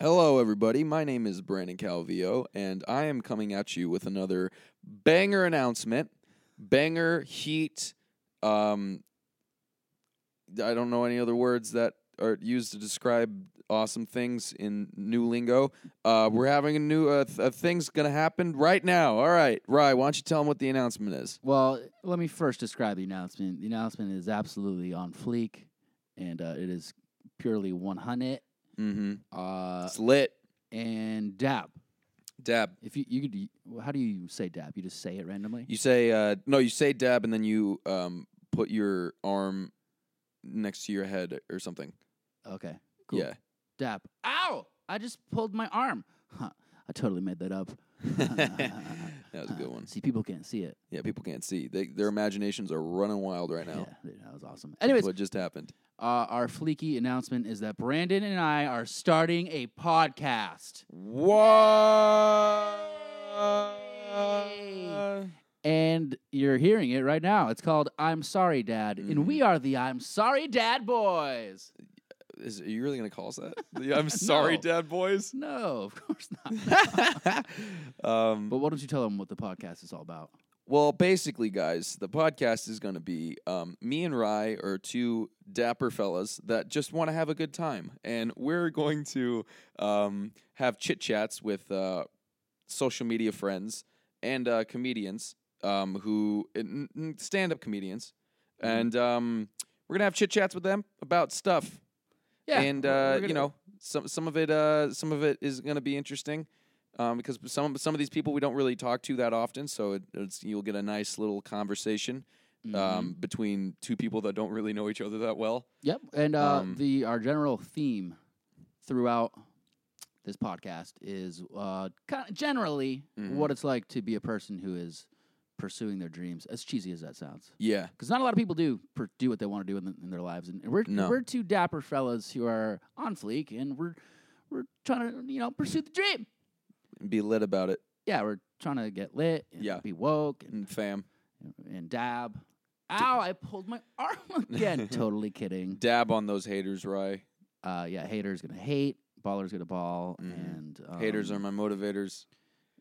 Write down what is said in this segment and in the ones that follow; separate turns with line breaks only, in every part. Hello, everybody. My name is Brandon Calvillo, and I am coming at you with another banger announcement. Banger heat. Um, I don't know any other words that are used to describe awesome things in new lingo. Uh, we're having a new uh, th- a thing's gonna happen right now. All right, Rye, why don't you tell them what the announcement is?
Well, let me first describe the announcement. The announcement is absolutely on fleek, and uh, it is purely 100
Mm-hmm.
uh,
it's lit.
and dab.
Dab.
If you you could, y- how do you say dab? You just say it randomly.
You say uh, no. You say dab, and then you um, put your arm next to your head or something.
Okay, cool.
Yeah.
Dab. Ow! I just pulled my arm. Huh. I totally made that up.
that was a good one.
See, people can't see it.
Yeah, people can't see. They, their imaginations are running wild right now.
Yeah, dude, that was awesome.
That's
Anyways,
what just happened?
uh, our fleeky announcement is that Brandon and I are starting a podcast,
What?
and you're hearing it right now. It's called "I'm Sorry, Dad," and
Mm-hmm.
we are the "I'm Sorry, Dad" boys.
Is, are you really gonna call us that? The I'm sorry,
No.
Dad boys.
No, of course not.
um,
but why don't you tell them what the podcast is all about?
Well, basically, guys, the podcast is going to be um, me and Rye are two dapper fellas that just want to have a good time, and we're going to um, have chit chats with uh, social media friends and uh, comedians um, who stand up comedians,
Mhm.
and um, we're gonna have chit chats with them about stuff and
we're-
uh,
we're gonna-
you know some some of it uh, some of it is going to be interesting um, because some some of these people we don't really talk to that often, so it, it's you'll get a nice little conversation
Mhm.
um, between two people that don't really know each other that well.
Yep, and uh,
Um,
the our general theme throughout this podcast is uh, kind of generally
Mhm.
what it's like to be a person who is pursuing their dreams. As cheesy as that sounds,
Yeah,
because not a lot of people do per- do what they want to do in, th- in their lives, and we're
No.
we're two dapper fellas who are on fleek, and we're we're trying to you know pursue the dream.
be lit about it,
Yeah, we're trying to get lit, and
Yeah.
be woke, and,
Mm, fam.
and dab. Ow! I pulled my arm again. totally kidding.
Dab on those haters, Rye.
uh, yeah, haters gonna hate, ballers gonna ball,
Mhm.
and um,
haters are my motivators.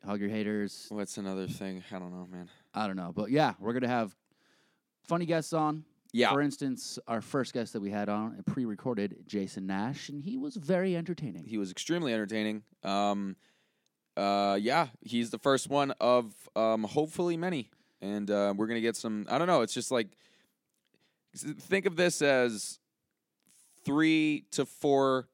hug your haters.
What's another thing? I don't know, man.
I don't know, but yeah, we're gonna have funny guests on.
Yeah,
For instance, our first guest that we had on, uh, pre-recorded, Jason Nash, and he was very entertaining.
he was extremely entertaining. Um, uh, yeah, he's the first one of um, hopefully many, and uh, we're gonna get some. I don't know. It's just like s- think of this as three to four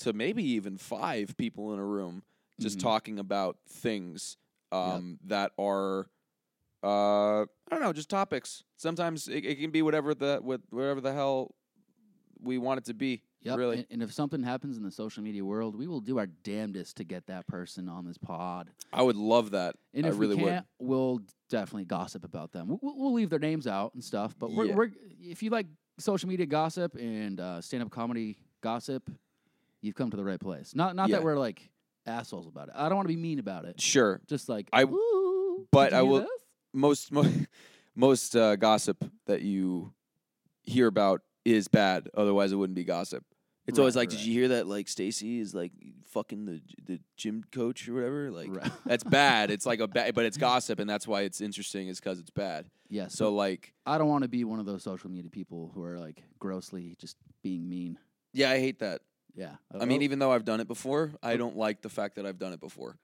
to maybe even five people in a room just
Mhm.
talking about things
Yep.
um, that are. Uh, I don't know, just topics. Sometimes it, it can be whatever the what, whatever the hell we want it to be.
Yep,
really.
And, and if something happens in the social media world, we will do our damnedest to get that person on this pod.
I would love that.
And
I
if
really
we
would.
can't, we'll definitely gossip about them. We'll, we'll leave their names out and stuff. But we're,
Yeah.
we're if you like social media gossip and uh, stand up comedy gossip, you've come to the right place. Not not
Yeah.
that we're like assholes about it. I don't want to be mean about it.
Sure.
Just like
I-
"Ooh, did
but
you
I
hear
will-
this?"
Most mo- most uh, gossip that you hear about is bad. Otherwise, it wouldn't be gossip. It's always
Right,
like,
right.
did you hear that? Like Stacy is like fucking the the gym coach or whatever. Like
Right.
that's bad. It's like a bad, but it's gossip, and that's why it's interesting. Is because it's bad.
yeah. So
So like,
I don't want to be one of those social media people who are like grossly just being mean.
yeah, I hate that.
Yeah.
I mean,
Oh,
even though I've done it before, I don't like the fact that I've done it before.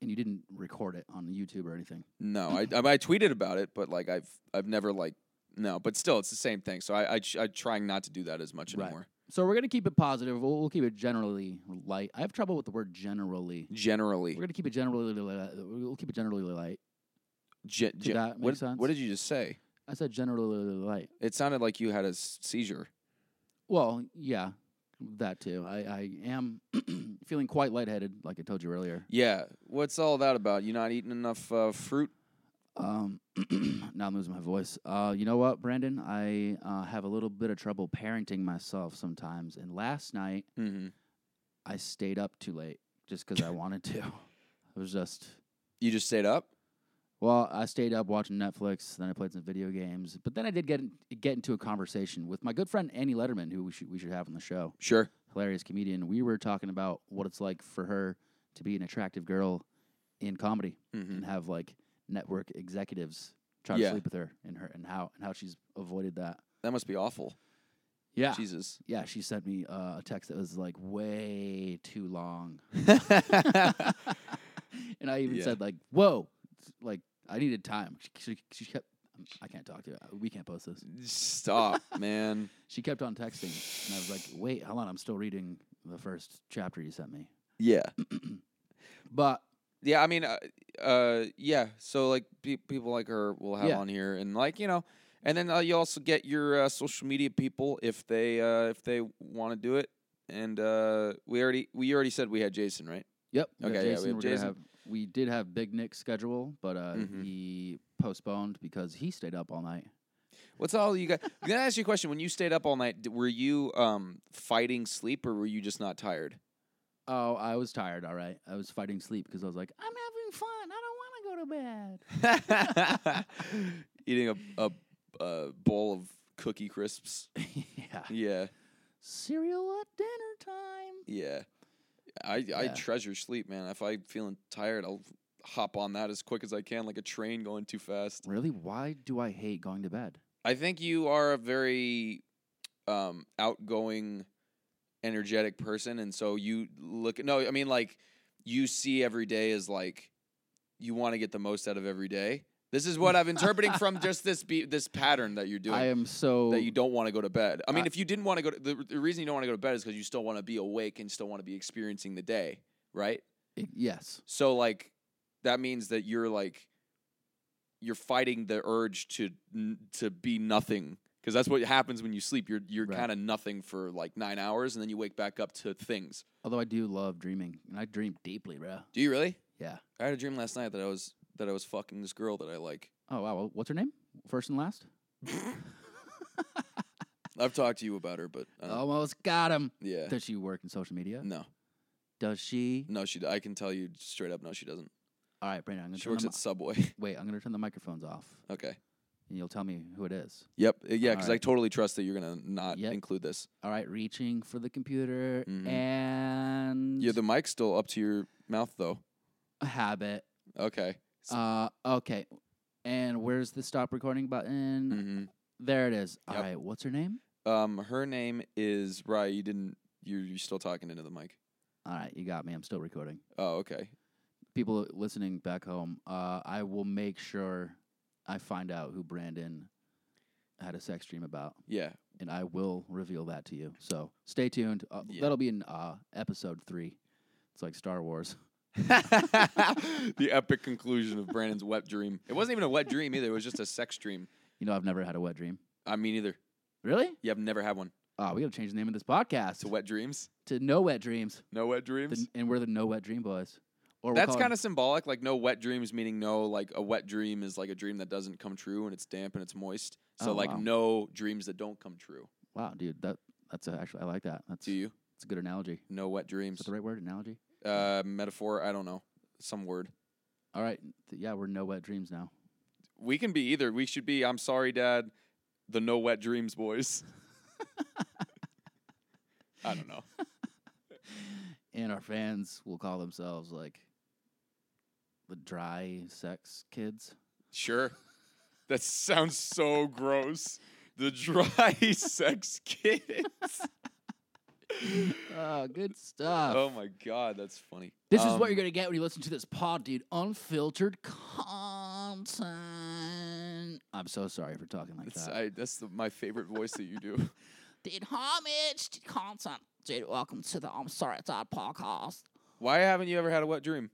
and you didn't record it on YouTube or anything.
No, I I, I tweeted about it, but like I've I've never like no, but still, it's the same thing. So I I, ch- I'm trying not to do that as much
Right.
anymore.
So we're gonna keep it positive. We'll, we'll keep it generally light. I have trouble with the word generally.
Generally,
We're gonna keep it generally light. We'll keep it generally light.
Ge- ge-
that
what,
make sense?
what did you just say?
I said generally light.
It sounded like you had a s- seizure.
Well, yeah, that too. I, I am feeling quite lightheaded, like I told you earlier.
Yeah. What's all that about? You not eating enough uh, fruit?
Um, now I'm losing my voice. Uh, you know what, Brandon? I uh, have a little bit of trouble parenting myself sometimes, and last night
Mm-hmm.
I stayed up too late just because I wanted to. I was just
You just stayed up.
Well, I stayed up watching Netflix. Then I played some video games. But then I did get in, get into a conversation with my good friend Annie Letterman, who we should we should have on the show.
Sure.
hilarious comedian. We were talking about what it's like for her to be an attractive girl in comedy
hmm
and have like network executives try to
Yeah.
sleep with her and her and how and how she's avoided that.
That must be awful.
Yeah.
Jesus.
yeah, she sent me uh, a text that was like way too long. and I even
Yeah.
said like, "Whoa." Like I needed time. She, she, she kept um, I can't talk to you. We can't post this.
Stop, man.
She kept on texting, and I was like, "Wait, hold on, I'm still reading the first chapter you sent me."
Yeah.
But
Yeah, I mean, uh, uh yeah. So like pe- people like her will have
Yeah.
on here, and like you know, and then uh, you also get your uh, social media people if they uh if they want to do it. And uh we already we already said we had Jason, right?
yep, we have
Okay, yeah, we
Jason,
have
we're gonna
Jason.
have- we did have Big Nick's schedule, but uh,
Mhm.
he postponed because he stayed up all night.
What's all you guys? Can I ask you a question? When you stayed up all night, d- were you um fighting sleep or were you just not tired?
Oh, I was tired. All right, I was fighting sleep because I was like, "I'm having fun. I don't want to go to bed."
Eating a, a a bowl of cookie crisps.
yeah.
Yeah,
Cereal at dinner time.
yeah. I I
Yeah.
treasure sleep, man. If I'm feeling tired, I'll hop on that as quick as I can, like a train going too fast.
Really? Why do I hate going to bed?
I think you are a very um, outgoing, energetic person, and so you look. No, I mean like you see every day as like you want to get the most out of every day. This is what I'm interpreting from just this be- this pattern that you're doing.
I am so.
that you don't want to go to bed. I mean,
I-
if you didn't want to go, to, the, the reason you don't want to go to bed is because you still want to be awake and still want to be experiencing the day, right?
I- yes.
So like, that means that you're like, you're fighting the urge to n- to be nothing because that's what happens when you sleep. You're you're
Right.
kind of nothing for like nine hours, and then you wake back up to things.
Although I do love dreaming, and I dream deeply, bro.
Do you really?
Yeah.
I had a dream last night that I was that I was fucking this girl that I like.
Oh wow. Well, What's her name? First and last.
Uh. I've talked to you about her, but uh,
Almost got him.
yeah,
Does Oh, she work in social media?
no,
Does she?
no, she. I can tell you straight up, no, she doesn't.
All right, Brandon. I'm gonna
She
turn
works
the
at Subway.
mi- Wait, I'm gonna turn the microphones off,
okay.
and you'll tell me who it is.
Yep. uh, Yeah,
All
because I
right.
totally trust that you're gonna not
Yep.
include this.
All right, reaching for the computer
Mhm.
and
Yeah, the mic's still up to your mouth though.
habit.
Okay. S-
Uh, okay. And where's the stop recording button?
hmm
There it is. All
Yep.
right. What's her name?
Um, her name is Rye. You didn't. You're, you're still talking into the mic.
All right, you got me. I'm still recording.
Oh, okay.
People listening back home, uh, I will make sure I find out who Brandon had a sex dream about,
Yeah.
and I will reveal that to you. So stay tuned. Uh,
Yeah.
That'll be in uh, episode three. It's like Star Wars.
the epic conclusion of Brandon's wet dream. It wasn't even a wet dream either. It was just a sex dream.
You know, I've never had a wet dream.
I mean, either.
Really?
Yeah, I've never had one.
Oh, we got to change the name of this podcast
To wet dreams.
to No Wet Dreams,
No wet
The-
dreams.
and we're the No Wet Dream Boys. Or we'll
That's
call it-
kind of symbolic. Like no wet dreams, meaning no. Like a wet dream is like a dream that doesn't come true, and it's damp and it's moist. So
Oh,
like
wow.
no dreams that don't come true.
wow, dude. That that's a, actually I like that. That's
Do you?
that's a good analogy.
No wet
Is
dreams.
that the right word? Analogy.
Uh, metaphor. I don't know. Some word.
All right. Th- yeah, we're no wet dreams now.
We can be either. We should be. I'm sorry, Dad. The no wet dreams boys. I don't know.
And our fans will call themselves like the dry sex kids.
Sure. That sounds so gross. The dry sex kids.
oh, good stuff.
oh my god, that's funny.
This is
Um,
what you're going to get when you listen to this pod, dude. Unfiltered content. I'm so sorry for talking like
That's,
that.
I, that's the, my favorite voice that you do.
did homage to content. Dude, welcome to the I'm Sorry Dad podcast.
Why haven't you ever had a wet dream?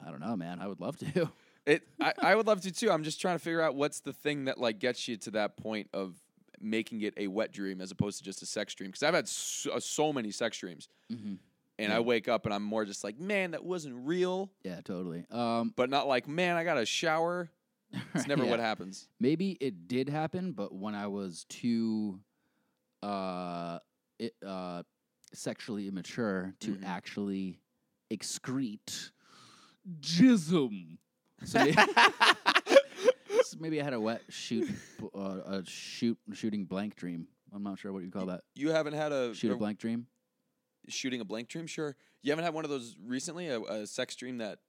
uh,
I don't know, man. I would love to.
It. I, I would love to too. I'm just trying to figure out what's the thing that like gets you to that point of making it a wet dream as opposed to just a sex dream. Because I've had so, uh, so many sex dreams,
hmm
and I
Yeah.
wake up and I'm more just like, man, that wasn't real.
Yeah, totally. Um,
But not like, man, I got a shower. It's never
yeah.
what happens.
Maybe it did happen, but when I was too uh, it, uh, sexually immature to
Mhm.
actually excrete jism. So may- so maybe, I had a wet shoot, b- uh, a shoot shooting blank dream I'm not sure what you call that.
You haven't had a,
Shoot a
a-
blank dream.
shooting a blank dream, sure. You haven't had one of those recently, a, a sex dream that,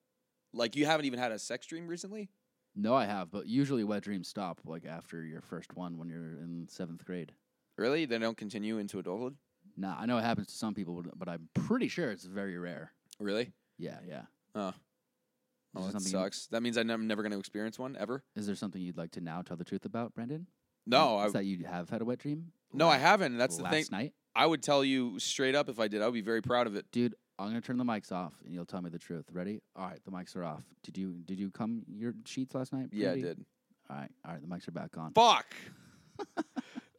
like, you haven't even had a sex dream recently.
No, I have, but usually wet dreams stop like after your first one when you're in seventh grade.
Really, they don't continue into adulthood.
Nah, I know it happens to some people, but- but I'm pretty sure it's very rare.
Really?
Yeah, yeah.
Oh.
Is
Oh, that
there something you-
sucks. That means I'm never- never going to experience one ever.
Is there something you'd like to now tell the truth about, Brendan?
No,
Is
I,
that you have had a wet dream?
no, I
Last-
haven't. That's the
last
thing.
night,
I would tell you straight up if I did. I would be very proud of it.
dude. I'm gonna turn the mics off, and you'll tell me the truth. Ready? All right, the mics are off. Did you did you come your sheets last night?
Yeah, I
Brandy?
did.
All right, all right, the mics are back on.
Fuck.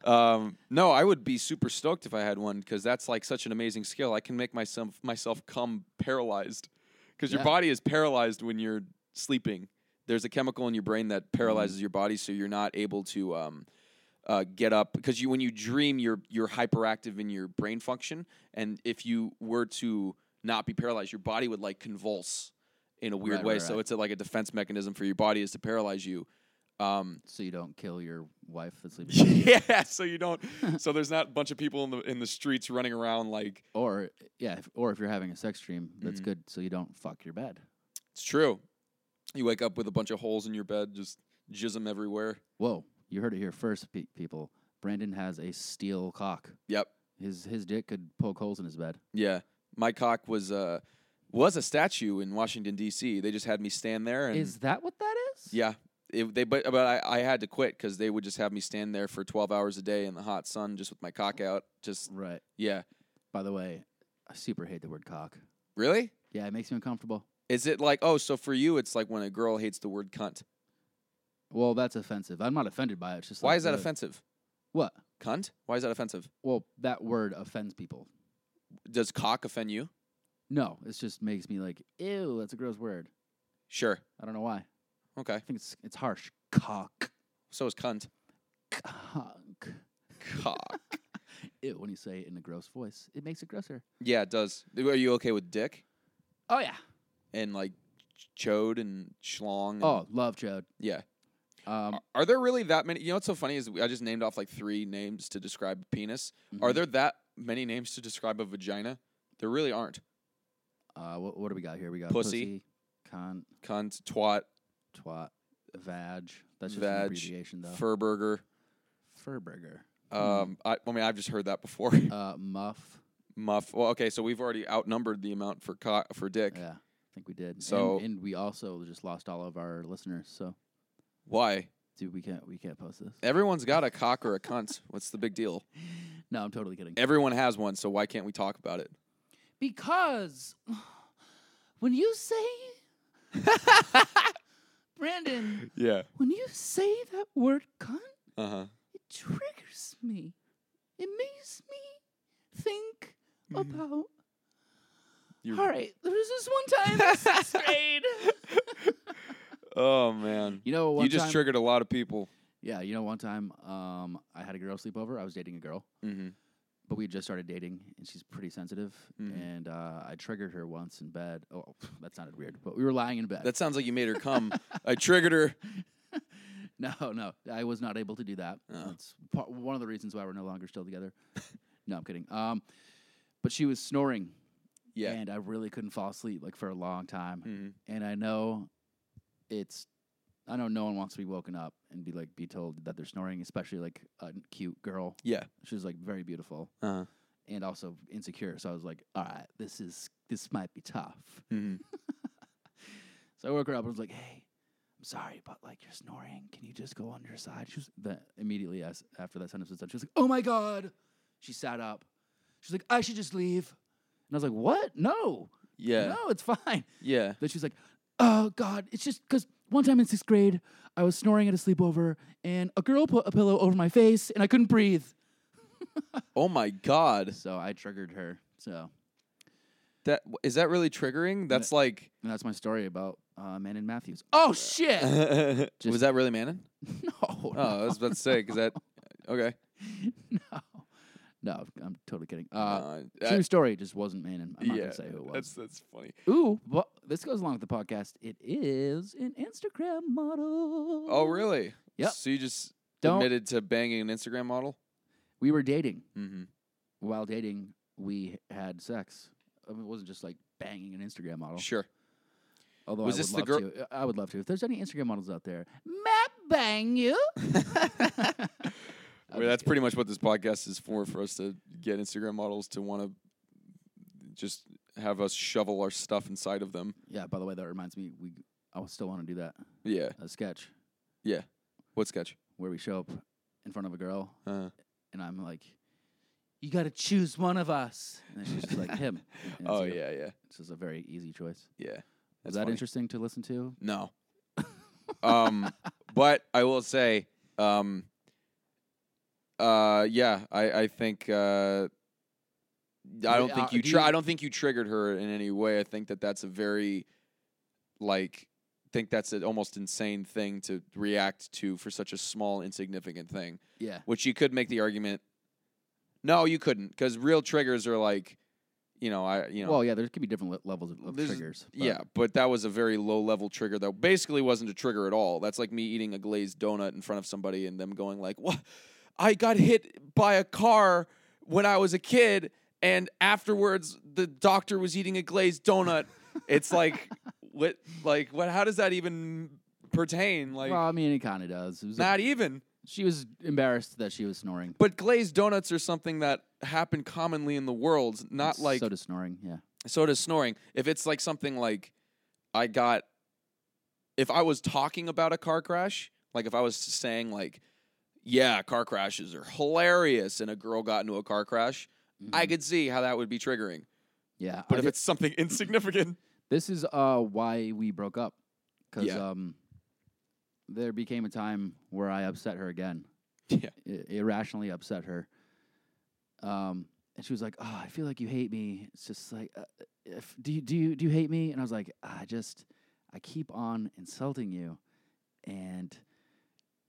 um, no, I would be super stoked if I had one because that's like such an amazing skill. I can make myself myself come paralyzed because your
Yeah.
body is paralyzed when you're sleeping. There's a chemical in your brain that
Mm-hmm.
paralyzes your body, so you're not able to um, uh, get up because you when you dream, you're you're hyperactive in your brain function, and if you were to not be paralyzed, your body would like convulse in a weird
Right,
way.
right,
So
right.
it's a, like a defense mechanism for your body is to paralyze you. Um,
So you don't kill your wife that's sleeping. with you.
yeah, so you don't. So there's not a bunch of people in the in the streets running around like
Or yeah, if, or if you're having a sex dream, that's
Mhm.
good. So you don't fuck your bed.
it's true. You wake up with a bunch of holes in your bed, just jism everywhere.
Whoa, you heard it here first, pe- people. Brandon has a steel cock.
Yep.
His his dick could poke holes in his bed.
Yeah, my cock was uh was a statue in Washington D.C. They just had me stand there and
Is that what that is?
yeah. It, they but but I, I had to quit because they would just have me stand there for twelve hours a day in the hot sun just with my cock out just
Right.
yeah
By the way, I super hate the word cock.
really
Yeah, it makes me uncomfortable.
is it like oh so for you it's like when a girl hates the word cunt
Well, that's offensive. I'm not offended by it. It's just
why
like,
is that
ugh.
offensive
What?
cunt why is that offensive
Well, that word offends people.
does cock offend you
No, it just makes me like, ew, that's a gross word.
Sure.
I don't know why. I
Okay.
think it's it's harsh. Cock.
So is cunt.
Cock.
Cock.
Ew, when you say it in a gross voice, it makes it grosser.
yeah, it does. Are you okay with dick
Oh yeah.
and like ch- chode and schlong? and-
Oh, love chode.
Mm. yeah.
Um,
Are- Are there really that many? You know what's so funny is I just named off like three names to describe a penis. Are
mhm.
there that many names to describe a vagina? There really aren't.
Uh, what, what do we got here? We got
Pussy.
pussy, cunt,
Cunt, twat,
twat, vag. That's just an
Vag,
abbreviation, though.
fur burger.
Fur burger.
Um, I, I mean, I've just heard that before.
Uh, muff.
Muff. Well, okay, so we've already outnumbered the amount for cock, for dick.
Yeah, I think we did. And-
So-
and, we also just lost all of our listeners. So,
Why?
dude, we can't we can't post this.
Everyone's got a cock or a cunt. What's the big deal?
No, I'm totally kidding.
Everyone has one, so why can't we talk about it?
Because when you say, Brandon,
Yeah.
when you say that word cunt,
Uh huh.
it triggers me. It makes me think
Mm. Mm-hmm.
about. All right, there was this one time in sixth grade.
oh man,
You know, one
you just
time,
triggered a lot of people.
yeah, you know, one time, um, I had a girl sleepover. I was dating a girl,
Mm-hmm.
but we had just started dating, and she's pretty sensitive.
Mhm.
And uh, I triggered her once in bed. Oh, that sounded weird, but we were lying in bed.
That sounds like you made her come. I triggered her.
no, no, I was not able to do that.
Oh.
That's part, one of the reasons why we're no longer still together. no, I'm kidding. Um, but she was snoring,
Yeah.
and I really couldn't fall asleep like for a long time.
Mhm.
And I know it's. I know no one wants to be woken up and be like be told that they're snoring, especially like a cute girl.
Yeah.
She was like very beautiful
Uh-huh.
and also insecure. So I was like, all right, this is this might be tough.
Mhm.
So I woke her up and was like, hey, I'm sorry, but like you're snoring. Can you just go on your side? She was the, immediately as, after that sentence was done, she was like, oh my God. She sat up. She was like, I should just leave. And I was like, what? No,
Yeah.
no, it's fine.
Yeah.
Then she was like, "Oh God, it's just because one time in sixth grade, I was snoring at a sleepover, and a girl put a pillow over my face, and I couldn't breathe."
Oh my God.
So I triggered her. So
That is that really triggering? That's like.
and that's my story about uh, Manon Matthews. Oh shit! no,
was that really Manon? Oh,
no,
I was about to say because that. Okay.
no, no, I'm totally kidding. Uh,
Uh,
true
I-
story, just wasn't Manon. I'm not
yeah,
gonna say who it
That's
was.
that's funny.
Ooh, well, this goes along with the podcast. It is an Instagram model.
Oh really?
Yep.
So you just
Don't-
admitted to banging an Instagram model?
We were dating.
Mm-hmm.
While dating, we had sex. I mean, it wasn't just like banging an Instagram model.
Sure.
Although
Was
I
this the
would love
girl-
to. Uh, I would love to. If there's any Instagram models out there, map bang you. I'm
Well, that's
just kidding.
pretty much what this podcast is for for us to get Instagram models to want to just have us shovel our stuff inside of them.
Yeah. By the way, that reminds me. We I would still want to do that.
Yeah.
A sketch
What sketch?
where we show up in front of a girl
Uh,
and I'm like, you got to choose one of us. And then she's just like him. And
oh
it's you.
yeah, yeah,
This is a very easy choice.
yeah.
Was
That's
that
funny.
interesting to listen to?
No. um, but I will say, um, uh, yeah, I, I think uh, I don't
Uh,
think you,
do
tri-
you-
I don't think you triggered her in any way. I think that that's a very like think that's an almost insane thing to react to for such a small insignificant thing.
Yeah.
Which you could make the argument. No, you couldn't, because real triggers are like, you know, I you know.
Well, yeah, there could be different le- levels of, of
There's-
triggers. but-
Yeah, but that was a very low level trigger that basically wasn't a trigger at all. That's like me eating a glazed donut in front of somebody and them going like, "What? I got hit by a car when I was a kid and afterwards the doctor was eating a glazed donut." it's like what like what how does that even pertain? Like
well, I mean, it kind of does. It was a-
not even.
she was embarrassed that she was snoring.
But glazed donuts are something that happen commonly in the world, not
S-
like
so does snoring. Yeah.
So does snoring. If it's like something like I got, if I was talking about a car crash, like if I was saying like, yeah, car crashes are hilarious, and a girl got into a car crash, I
Mhm.
could see how that would be triggering.
yeah.
But
I
if
did-
it's something insignificant,
this is uh why we broke up, because
Yeah.
um, there became a time where I upset her again.
yeah,
i- irrationally upset her. Um, and she was like, "Oh, I feel like you hate me." It's just like, uh, if, "Do you do you do you hate me?" And I was like, "I just, I keep on insulting you, and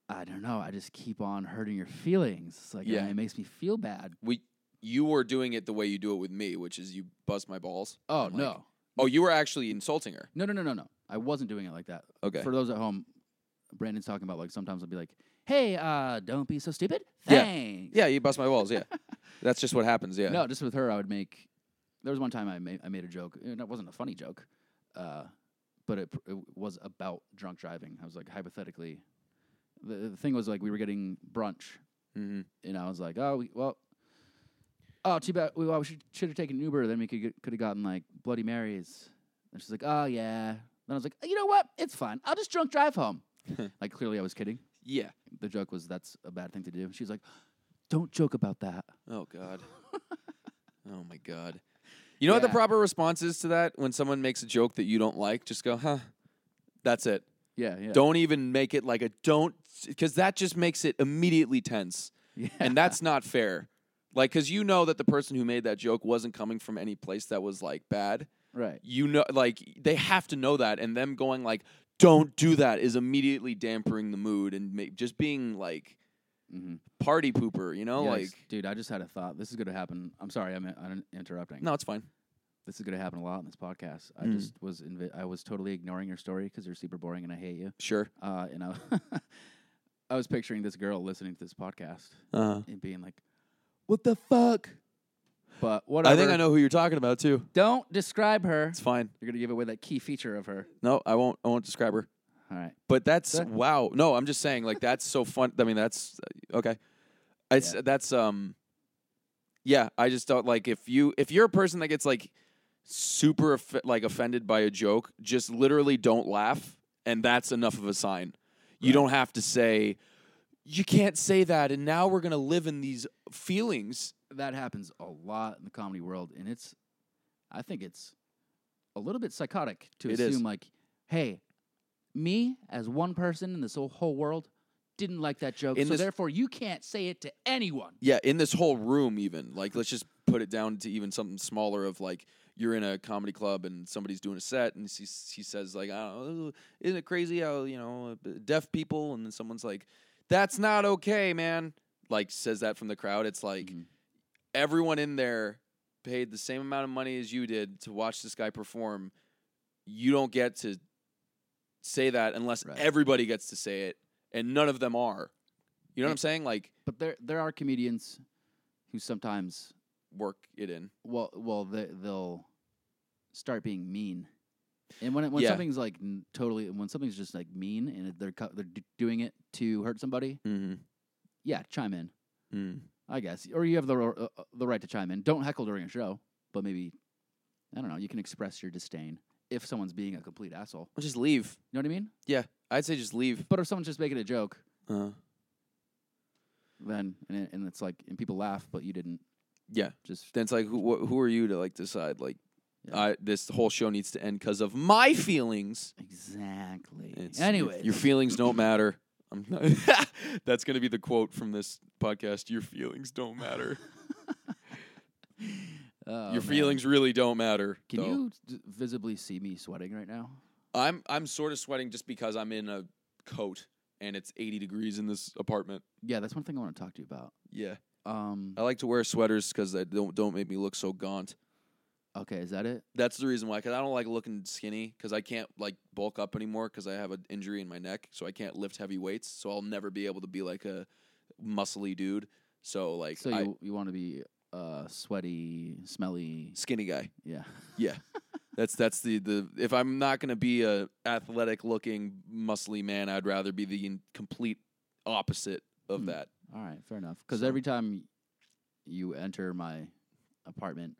I don't know. I just keep on hurting your feelings. It's like,
Yeah.
yeah, it makes me feel bad.
we you were doing it the way you do it with me, which is you bust my balls.
Oh
I'm like-
no,
Oh, you were actually insulting her.
no, no, no, no, no. I wasn't doing it like that.
Okay.
For those at home, Brandon's talking about like sometimes I'll be like, "Hey, uh, don't be so stupid.
Yeah.
Thanks."
yeah, you bust my balls. Yeah, that's just what happens. Yeah.
No, just with her, I would make. There was one time I made I made a joke, and it wasn't a funny joke, uh, but it, pr- it was about drunk driving. I was like, hypothetically, the, the thing was like we were getting brunch,
hmm
and I was like, oh, we, well, oh, too bad. We, well, we should should have taken an Uber. Then we could could have gotten like Bloody Marys. And she's like, oh yeah. Then I was like, you know what? It's fine. I'll just drunk drive home. like clearly, I was kidding.
Yeah.
The joke was that's a bad thing to do. She's like, don't joke about that.
Oh God. oh my God. You know what the
Yeah.
proper response is to that when someone makes a joke that you don't like? Just go, huh? That's it.
Yeah, yeah.
Don't even make it like a don't, because that just makes it immediately tense,
Yeah.
and that's not fair. Like, because you know that the person who made that joke wasn't coming from any place that was like bad.
right.
You know, like they have to know that, and them going like, "Don't do that," is immediately dampering the mood and ma- just being like
Mm-hmm.
party pooper. You know,
Yikes.
like
dude, I just had a thought. This is going to happen. I'm sorry, I'm, I'm interrupting.
no, it's fine.
this is going to happen a lot in this podcast. I
Mm.
just was invi- I was totally ignoring your story because you're super boring and I hate you.
Sure.
Uh, and I, I was picturing this girl listening to this podcast
Uh-huh.
and being like, "What the fuck?" But whatever.
I think I know who you're talking about too.
Don't describe her.
It's fine.
You're going to give away that key feature of her.
No, I won't. I won't describe her.
All right.
But that's
Sure.
wow. No, I'm just saying like that's so fun. I mean that's uh, okay. It's
Yeah.
that's um, yeah. I just don't like if you if you're a person that gets like super off- like offended by a joke, just literally don't laugh, and that's enough of a sign. You
Right.
don't have to say you can't say that, and now we're gonna live in these feelings.
that happens a lot in the comedy world, and it's, I think it's a little bit psychotic to
It is.
assume like, hey, me as one person in this whole, whole world didn't like that joke,
In
so
this-
therefore you can't say it to anyone.
Yeah, in this whole room, even like let's just put it down to even something smaller of like you're in a comedy club and somebody's doing a set and she she says like I don't know, isn't it crazy how you know deaf people and then someone's like that's not okay, man. Like says that from the crowd. It's like
Mhm.
everyone in there paid the same amount of money as you did to watch this guy perform. You don't get to say that unless
Right.
everybody gets to say it, and none of them are. You know what
Yeah.
I'm saying? Like
But there, there are comedians who sometimes
Work it in.
well well they, they'll start being mean and when it, when
Yeah.
something's like n- totally when something's just like mean and it- they're co- they're d- doing it to hurt somebody
Mm-hmm.
yeah chime in
Mm.
i guess or you have the ro- uh, uh, the right to chime in don't heckle during a show but maybe i don't know you can express your disdain if someone's being a complete asshole
Well, just leave.
you know what i mean
I'd say just leave.
but if someone's just making a joke
Uh,
then and, it, and it's like and people laugh but you didn't
yeah.
just
Then it's like, who wh- who are you to like decide like,
Yeah.
I this whole show needs to end because of my feelings.
exactly
It's- your-
anyway
your feelings don't matter. I'm not, that's gonna be the quote from this podcast. Your feelings don't matter. your feelings really don't matter.
Oh, Can
though.
you d- visibly see me sweating right now?
I'm I'm sort of sweating just because I'm in a coat and it's 80 degrees in this apartment.
Yeah, that's one thing I want to talk to you about.
Yeah,
Um,
I like to wear sweaters because they don't don't make me look so gaunt.
okay, is that it?
That's the reason why, because I don't like looking skinny, because I can't like bulk up anymore, because I have an injury in my neck, so I can't lift heavy weights, so I'll never be able to be like a muscly dude. So like,
So
I,
you you want to be uh, sweaty, smelly?
skinny guy.
Yeah.
Yeah, that's that's the the. If I'm not gonna be a athletic looking muscly man, I'd rather be the in- complete opposite of
Hmm.
that.
All right, fair enough. Because
So-
every time you enter my apartment,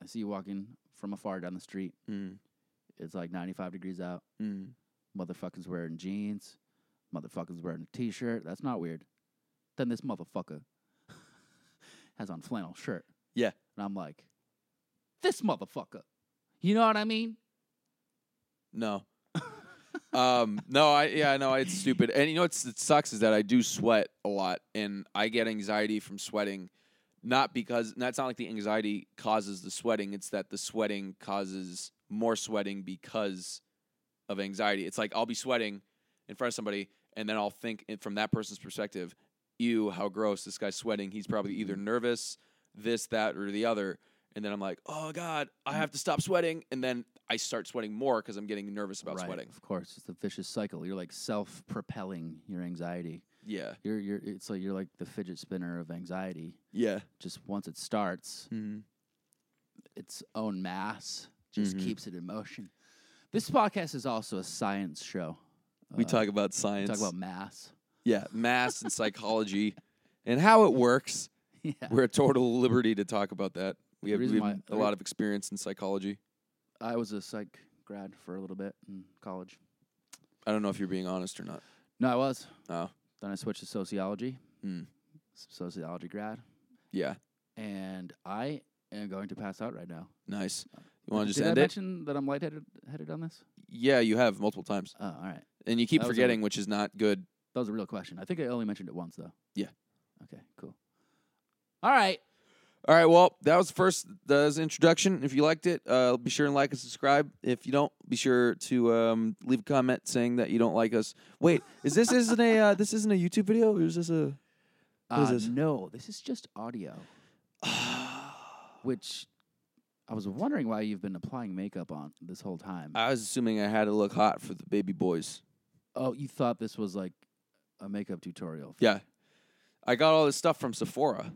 I see you walking from afar down the street.
Mm.
It's like 95 degrees out.
Mm.
Motherfuckers wearing jeans. Motherfuckers wearing a t-shirt. That's not weird. Then this motherfucker has on flannel shirt.
Yeah.
And I'm like, this motherfucker. You know what I mean?
No. um no i yeah no it's stupid and you know what's, it sucks is that i do sweat a lot and i get anxiety from sweating not because that's not like the anxiety causes the sweating it's that the sweating causes more sweating because of anxiety it's like i'll be sweating in front of somebody and then i'll think it- from that person's perspective ew how gross this guy's sweating he's probably either nervous this that or the other and then i'm like oh god i have to stop sweating and then i start sweating more because i'm getting nervous about
Right,
sweating
Of course, it's a vicious cycle. You're like self-propelling your anxiety.
yeah
You're you're it's like you're like the fidget spinner of anxiety.
yeah
Just once it starts,
mm-hmm.
its own mass just
Mhm.
keeps it in motion. This podcast is also a science show.
we
Uh,
talk about
we
science
talk about mass.
yeah mass and psychology and how it works
yeah.
we're at total liberty to talk about that we
The
have,
reason
we have
why-
a
the
lot
re-
of experience in psychology
I was a psych grad for a little bit in college.
i don't know if you're being honest or not
No, I was.
Oh.
Then I switched to sociology.
Mm.
S- Sociology grad,
yeah
and I am going to pass out right now.
nice you want to
Did-
just
Did
end it
I mention that I'm lightheaded headed on this?
yeah you have multiple times
Oh, all right.
and you keep
That was a-
forgetting which is not good
That was a real question. I think I only mentioned it once though.
Yeah.
Okay. Cool. All right.
All right, well, that was first that was the introduction. If you liked it, uh, be sure and like and subscribe. If you don't, be sure to um, leave a comment saying that you don't like us. Wait, is this isn't a uh, this isn't a YouTube video? Or is this a? What is
uh,
this?
No, this is just audio. Which I was wondering why you've been applying makeup on this whole time.
I was assuming I had to look hot for the baby boys.
oh, you thought this was like a makeup tutorial.
Yeah, I got all this stuff from Sephora.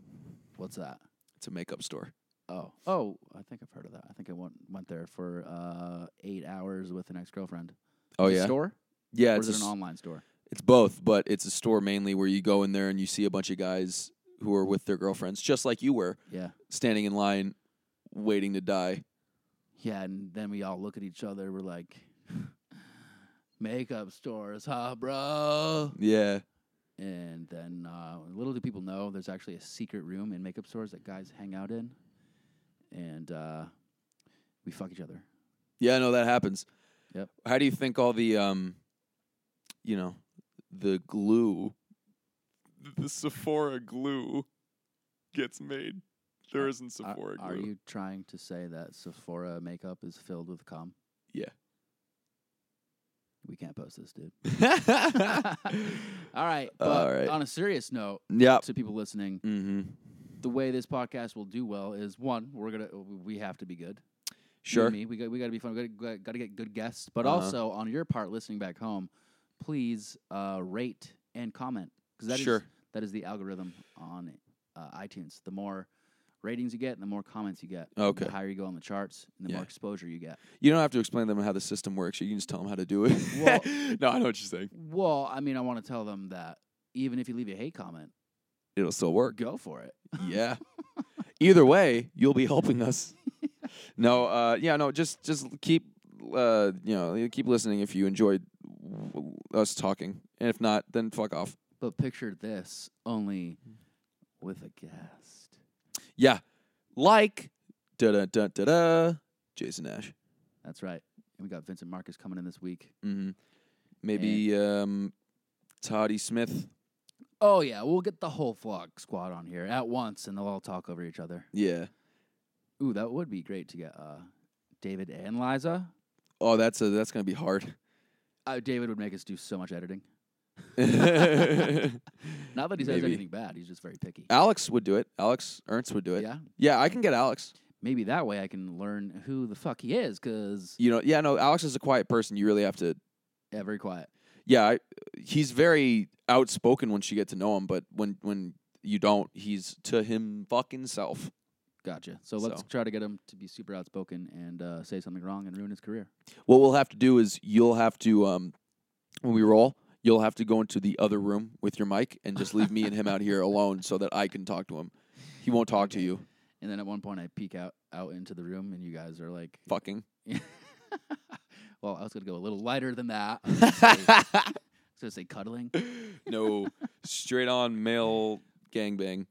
What's that?
It's a makeup store.
Oh, oh, I think I've heard of that. I think I went went there for uh, eight hours with an ex girlfriend.
Oh yeah,
store.
yeah.
or
It's
is
a
it an
s-
online store?
It's both, but it's a store mainly where you go in there and you see a bunch of guys who are with their girlfriends, just like you were,
Yeah,
standing in line, waiting to die.
yeah. And then we all look at each other. We're like, makeup stores, huh, bro?
Yeah.
And then uh, little do people know, there's actually a secret room in makeup stores that guys hang out in, and uh, we fuck each other.
Yeah, no, that happens.
Yep.
How do you think all the, um, you know, the glue, the Sephora glue, gets made? There isn't
Are- are you trying to say that Sephora makeup is filled with cum?
Yeah.
We can't post this, dude.
yeah.
All right. But
All right.
on a serious note, to people listening,
Mm-hmm.
the way this podcast will do well is one, we're gonna we have to be good. You and
Sure.
me, we got we got to be fun. We got to got to get good guests, but
Uh-huh.
also on your part, listening back home, please uh, rate and comment because that is
Sure.
that is the algorithm on uh, iTunes. The more ratings you get, and the more comments you get.
Okay.
The higher you go on the charts, and the
Yeah.
more exposure you get.
You don't have to explain to them how the system works. You can just tell them how to do it.
Well-
no, I know what you're saying.
Well, I mean, I want to tell them that even if you leave a hate comment,
It'll still work.
go for it.
Yeah. Either way, you'll be helping us. no, uh, yeah, no, just just keep uh, you know, keep listening if you enjoyed w- us talking. And if not, then fuck off.
But picture this only with a guest.
Yeah. Like da da da da da Jason Ash.
That's right. And we got Vincent Marcus coming in this week.
Mm-hmm. Maybe um Toddy Smith.
Oh yeah, we'll get the whole vlog squad on here at once, and they'll all talk over each other.
Yeah.
Ooh, that would be great to get uh, David and Liza.
Oh, that's a that's gonna be hard.
Uh, David would make us do so much editing. Not
Not
that he says anything bad; he's just very picky.
Alex would do it. Alex Ernst would do it. Yeah.
Yeah,
I can get Alex.
maybe that way I can learn who the fuck he is, because
You know, yeah, no, Alex is a quiet person. You really have to.
yeah, very quiet.
Yeah, I, he's very outspoken once you get to know him, but when when you don't, he's to him fucking self.
Gotcha. So let's
So.
try to get him to be super outspoken and uh, say something wrong and ruin his career.
What we'll have to do is you'll have to um, when we roll, you'll have to go into the other room with your mic and just leave me and him out here alone so that I can talk to him. He won't talk to you.
And then at one point, I peek out out into the room, and you guys are like,
Fucking.
"Well, I was gonna go a little lighter than that." I was gonna say- I was gonna say cuddling.
no, straight on male gangbang.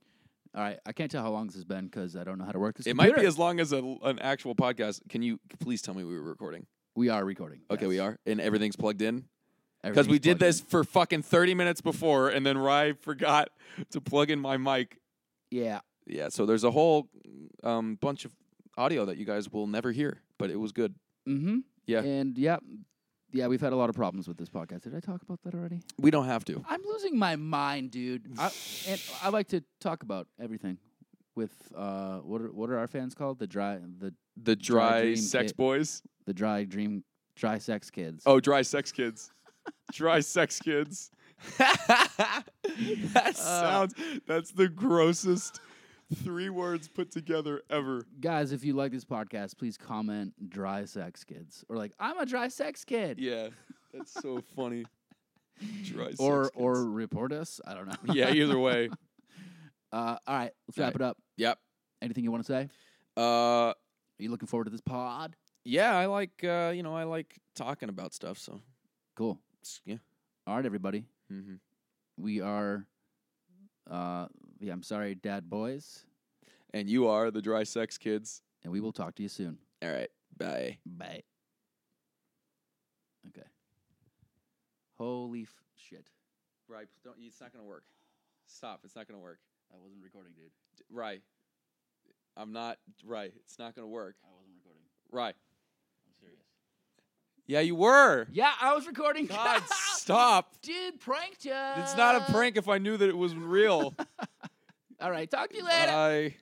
All right, I can't tell how long this has been because I don't know how to work this.
It
computer.
might be as long as a, an actual podcast. Can you please tell me we were recording?
We are recording.
Okay,
yes.
we are, and everything's plugged in because
Everything's
we did
plugged in.
this for fucking thirty minutes before, and then Rye forgot to plug in my mic.
Yeah,
Yeah, so there's a whole um, bunch of audio that you guys will never hear, but it was good.
Mm-hmm.
Yeah.
And yeah, yeah, we've had a lot of problems with this podcast. Did I talk about that already?
We don't have to.
I'm losing my mind, dude. I, and I like to talk about everything with uh, what are what are our fans called? The dry the
The
Dry
dry,
Dream
sex
Kid.
boys.
the dry dream dry sex kids.
Oh, dry sex kids. dry sex kids.
Uh,
that sounds. That's the grossest three words put together ever.
Guys, if you like this podcast, please comment dry sex kids or like I'm a dry sex kid.
Yeah, that's so funny. Dry sex
Or
kids.
or report us. I don't know.
yeah. Either way.
Uh, all right, let's
All right.
wrap it up.
Yep.
Anything you want to say? Are
Uh,
you looking forward to this pod?
yeah, I like uh, you know, I like talking about stuff. So
Cool.
it's- yeah,
All right, everybody.
hmm
We are, uh, yeah, I'm sorry, dad boys,
and you are the dry sex kids.
and we will talk to you soon.
All right, bye.
Bye. Okay. Holy f- shit.
Right, don't. It's not gonna work. Stop. It's not gonna work.
I wasn't recording, dude.
Right. I'm not right. It's not gonna work.
I wasn't recording.
Right.
I'm serious.
Yeah, you were.
Yeah, I was recording.
God, stop.
Dude, pranked ya.
It's not a prank if I knew that it was real.
All right, talk to you later.
Bye.